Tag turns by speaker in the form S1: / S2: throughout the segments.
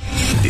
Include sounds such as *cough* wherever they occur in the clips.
S1: The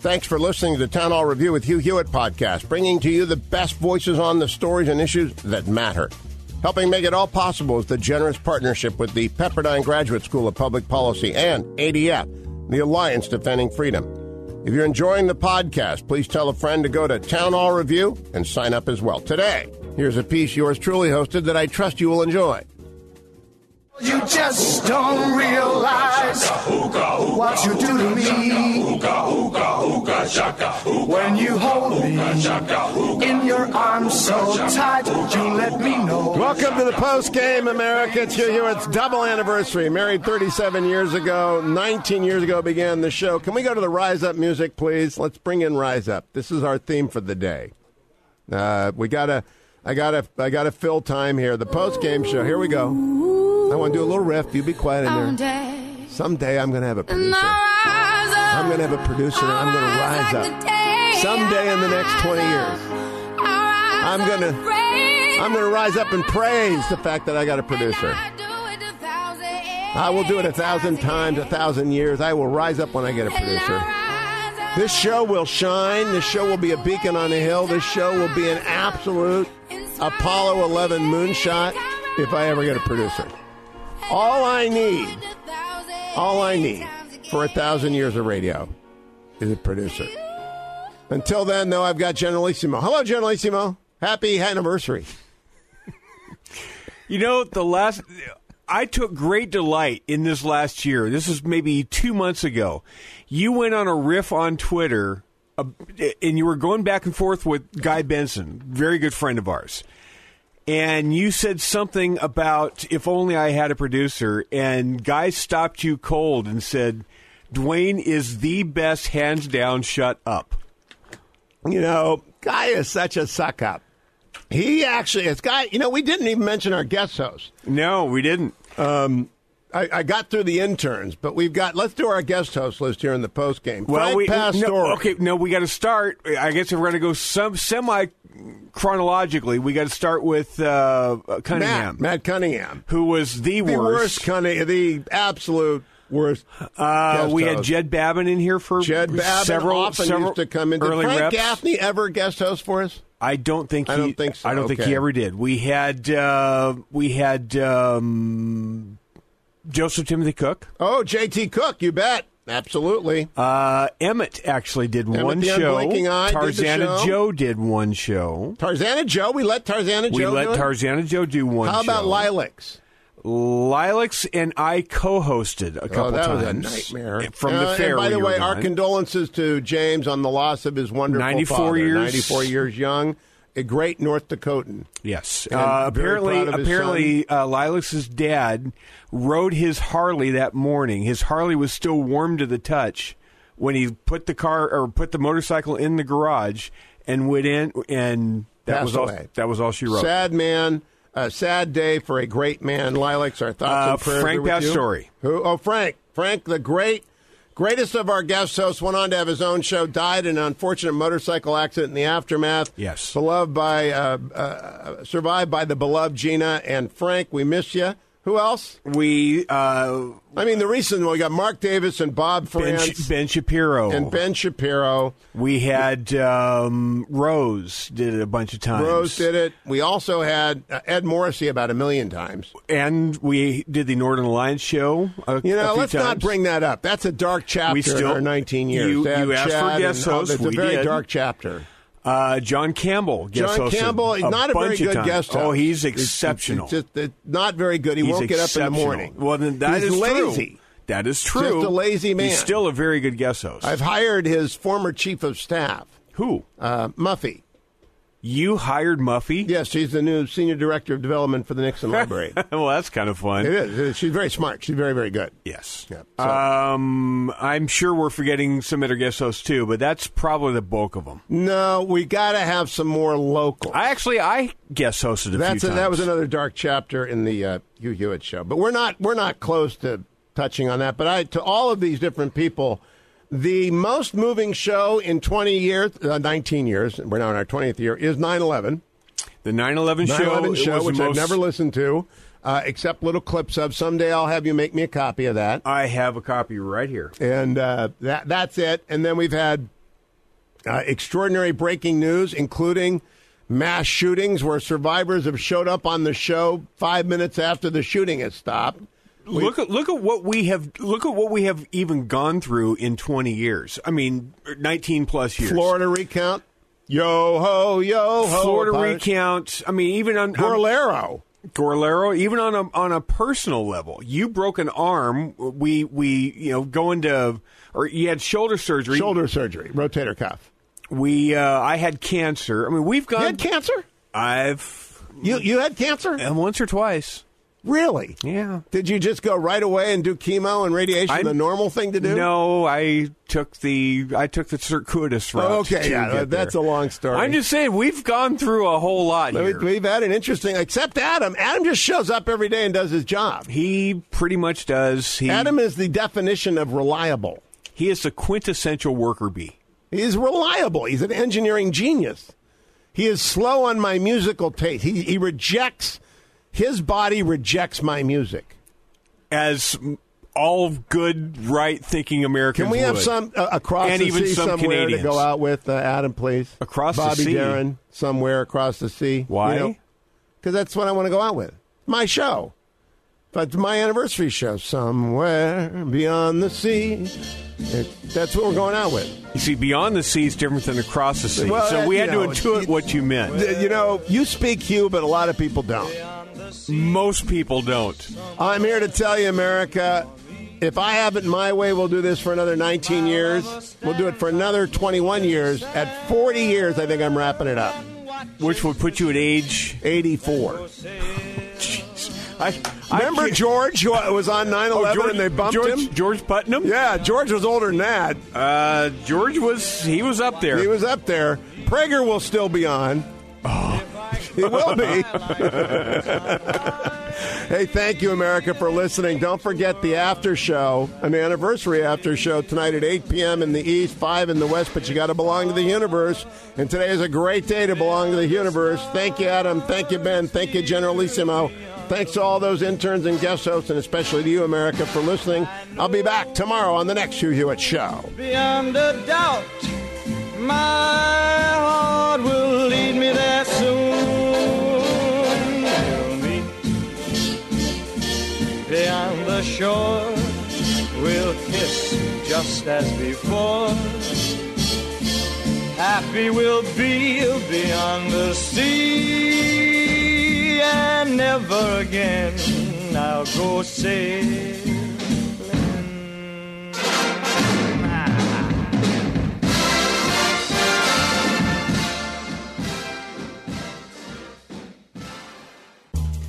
S2: Thanks for listening to the Town Hall Review with Hugh Hewitt podcast, bringing to you the best voices on the stories and issues that matter. Helping make it all possible is the generous partnership with the Pepperdine Graduate School of Public Policy and ADF, the Alliance Defending Freedom. If you're enjoying the podcast, please tell a friend to go to Town Hall Review and sign up as well. Today, here's a piece yours truly hosted that I trust you will enjoy.
S3: You just don't realize what you do to me when you hold me in your arms so tight. You let me know.
S2: Welcome to the post game, America. It's Hugh Hewitt's double anniversary. Married 37 years ago, 19 years ago began the show. Can we go to the Rise Up music, please? Let's bring in Rise Up. This is our theme for the day. Uh, we gotta, I gotta, I gotta fill time here. The post game show. Here we go. I want to do a little riff. You be quiet in there.
S4: Someday,
S2: Someday I'm gonna have a
S4: and
S2: producer.
S4: I'll rise up.
S2: I'm gonna have a producer. and I'm gonna rise up. Someday in the next 20 years. I'm
S4: I'm
S2: gonna- I'm gonna rise up and praise the fact that I got a producer. I will do it a thousand times, a thousand years. I will rise up when I get a producer. This show will shine. This show will be a beacon on a hill. This show will be an absolute Apollo 11 moonshot if I ever get a producer. All I need, all I need for a thousand years of radio is a producer. Until then, though, I've got Generalissimo. Hello, Generalissimo. Happy anniversary.
S5: You know, the last I took great delight in this last year. This is maybe two months ago. You went on a riff on Twitter, uh, and you were going back and forth with Guy Benson, very good friend of ours. And you said something about if only I had a producer, and Guy stopped you cold and said, "Dwayne is the best, hands down. Shut up."
S2: You know, Guy is such a suck up. He actually is. Guy, you know, we didn't even mention our guest host.
S5: No, we didn't.
S2: I, I got through the interns, but we've got. Let's do our guest host list here in the post game. Frank Pastore.
S5: No, okay, no, we got to start. I guess if we're going to go some semi chronologically, we got to start with uh, Cunningham,
S2: Matt, Matt Cunningham,
S5: who was the,
S2: the worst,
S5: worst.
S2: Cunningham, the absolute worst.
S5: uh,
S2: guest
S5: we had
S2: host.
S5: Jed Babin in here for
S2: Jed Babin
S5: several,
S2: often
S5: several
S2: used to come in. Did
S5: early
S2: Frank
S5: reps.
S2: Gaffney ever guest host for us?
S5: I don't think he,
S2: I don't think so,
S5: I don't think
S2: okay.
S5: he ever did. We had uh, we had um, Joseph Timothy Cook.
S2: Oh, J.T. Cook, you bet. Absolutely.
S5: Uh, Emmett actually did
S2: Emmett
S5: one
S2: the
S5: show.
S2: Unblinking Eye did the
S5: Tarzana
S2: show.
S5: Joe did one show.
S2: Tarzana Joe, we let Tarzana
S5: We
S2: Joe.
S5: let
S2: do it?
S5: Tarzana Joe do one.
S2: How about
S5: show.
S2: lilacs?
S5: Lilacs and I co-hosted a couple
S2: oh, that
S5: times. Eh,
S2: was a nightmare.
S5: From
S2: Uh,
S5: the fair.
S2: And by
S5: we
S2: the
S5: were
S2: way, our
S5: gone.
S2: condolences to James on the loss of his wonderful
S5: 94
S2: father,
S5: years.
S2: 94 years young, a great North Dakotan.
S5: yes.
S2: and
S5: Uh,
S2: very
S5: apparently,
S2: proud of his
S5: apparently, uh, Lilacs' dad rode his Harley that morning. His Harley was still warm to the touch when he put the car or put the motorcycle in the garage and went in, and that
S2: Passed
S5: was all.
S2: away.
S5: That was all she wrote.
S2: Sad man, a sad day for a great man. Lilacs, our thoughts
S5: Uh,
S2: and prayers.
S5: Frank
S2: are with you.
S5: Pastore.
S2: Who? Oh, Frank. Frank, the great, greatest of our guest hosts, went on to have his own show. Died in an unfortunate motorcycle accident in the aftermath.
S5: Yes.
S2: Beloved by, uh, uh, survived by the beloved Gina and Frank. We miss you. Who else?
S5: We uh,
S2: I mean, the recent one, we got Mark Davis and Bob
S5: ben,
S2: France
S5: ben Shapiro
S2: and Ben Shapiro.
S5: We had um, Rose did it a bunch of times.
S2: Rose did it. We also had uh, Ed Morrissey about a million times.
S5: and we did the Northern Alliance show. A,
S2: You
S5: a
S2: know,
S5: few
S2: let's
S5: times.
S2: not bring that up. That's a dark chapter in
S5: still-
S2: our 19 years.
S5: you-
S2: To have
S5: you asked for
S2: Chad
S5: guest
S2: and all-
S5: hosts.
S2: It's
S5: We
S2: a very
S5: did.
S2: dark chapter.
S5: uh, John Campbell. Guest
S2: John
S5: hosted
S2: Campbell, he's
S5: a
S2: not a very
S5: bunch of
S2: good
S5: times.
S2: guest host.
S5: Oh,
S2: It's-
S5: he's
S2: it's-
S5: exceptional.
S2: It's, just, it's not very good. He
S5: He's
S2: won't get up in the
S5: exceptional.
S2: morning.
S5: Well, then that
S2: he's
S5: is
S2: lazy.
S5: True. That is true.
S2: Just a lazy man.
S5: He's still a very good guest host.
S2: I've hired his former chief of staff,
S5: Who?
S2: uh, Muffy.
S5: You hired Muffy? *laughs*
S2: Yes, she's the new senior director of development for the Nixon Library. it
S5: well, that's kind of
S2: is.
S5: fun.
S2: It is. She's very smart. She's very, very good.
S5: Yes.
S2: Yeah, so-
S5: Um, I'm sure we're forgetting some other guest hosts too, but that's probably the bulk of them.
S2: No, we got to have some more local.
S5: I actually I guest hosted a
S2: That's
S5: few
S2: a,
S5: times.
S2: that was another dark chapter in the uh, Hugh Hewitt show. But we're not we're not close to touching on that. But I to all of these different people, the most moving show in 20 years, uh, 19 years. We're now in our 20th year is 9/11.
S5: the 9/11 show.
S2: 9/11
S5: it
S2: show,
S5: was the
S2: which I've
S5: most-
S2: never listened to, uh, except little clips of. Someday I'll have you make me a copy of that.
S5: I have a copy right here.
S2: and uh, that that's it. And then we've had uh, extraordinary breaking news, including mass shootings where survivors have showed up on the show five minutes after the shooting has stopped.
S5: Look at look at what we have look at what we have even gone through in 20 years. I mean, 19 plus years.
S2: Florida recount, yo ho yo ho.
S5: Florida
S2: Pirates.
S5: recounts. I mean, even on on-
S2: Gorlero.
S5: Gorlero, even on a on a personal level, you broke an arm. We we you know go into or you had shoulder surgery.
S2: Shoulder surgery, rotator cuff.
S5: We uh, I had cancer. I mean, we've
S2: You
S5: gone.
S2: had cancer?
S5: I've
S2: You you had cancer?
S5: and once or twice.
S2: Really?
S5: Yeah.
S2: Did you just go right away and do chemo and radiation,
S5: I'm-
S2: the normal thing to do?
S5: No, I took the I took the circuitous route.
S2: Oh, Okay,
S5: to
S2: yeah,
S5: get
S2: that's
S5: there.
S2: a long story.
S5: I'm just saying we've gone through a whole lot
S2: We-
S5: here.
S2: We've had an interesting, except Adam. Adam just shows up every day and does his job.
S5: he pretty much does. He
S2: Adam is the definition of reliable.
S5: he is the quintessential worker bee.
S2: He's reliable. He's an engineering genius. He is slow on my musical taste. He, he rejects, his body rejects my music.
S5: as all good, right thinking Americans.
S2: Can we have
S5: would.
S2: some uh, across
S5: And
S2: the
S5: even
S2: sea
S5: some
S2: somewhere
S5: Canadians.
S2: to go out with, uh, Adam, please?
S5: Across the
S2: Bobby
S5: sea?
S2: Darin, somewhere across the sea.
S5: Why?
S2: Because that's what I want to go out with. My show. But it's my anniversary show, somewhere beyond the sea. It- that's what we're going out with.
S5: You see, beyond the sea is different than across the sea.
S2: Well, uh,
S5: so we
S2: you
S5: had
S2: know,
S5: to intuit
S2: it-
S5: what you meant.
S2: Th- You know, you speak Hugh, but a lot of people don't.
S5: Most people don't.
S2: I'm here to tell you, America, if I have it my way, we'll do this for another 19 years. We'll do it for another 21 years. At 40 years, I think I'm wrapping it up.
S5: Which would put you at age.
S2: 84.
S5: I, I
S2: Remember
S5: can't-
S2: George, who was on 9
S5: Oh,
S2: 11
S5: George,
S2: and they bumped
S5: George,
S2: him?
S5: George Putnam.
S2: Yeah, George was older than that.
S5: Uh, George was he was up there.
S2: He was up there. Prager will still be on. He will be. hey, thank you, America, for listening. Don't forget the after show, an anniversary after show tonight at 8 p.m. in the East, 5 in the West, but you got to belong to the universe. And today is a great day to belong to the universe. Thank you, Adam. Thank you, Ben. Thank you, Generalissimo. Thanks to all those interns and guest hosts, and especially to you, America, for listening. I'll be back tomorrow on the next Hugh Hewitt Show.
S4: beyond a doubt. My heart will lead me there soon. We'll meet beyond the shore. We'll kiss just as before. Happy we'll be beyond the sea, and never again I'll go sailing. Ah.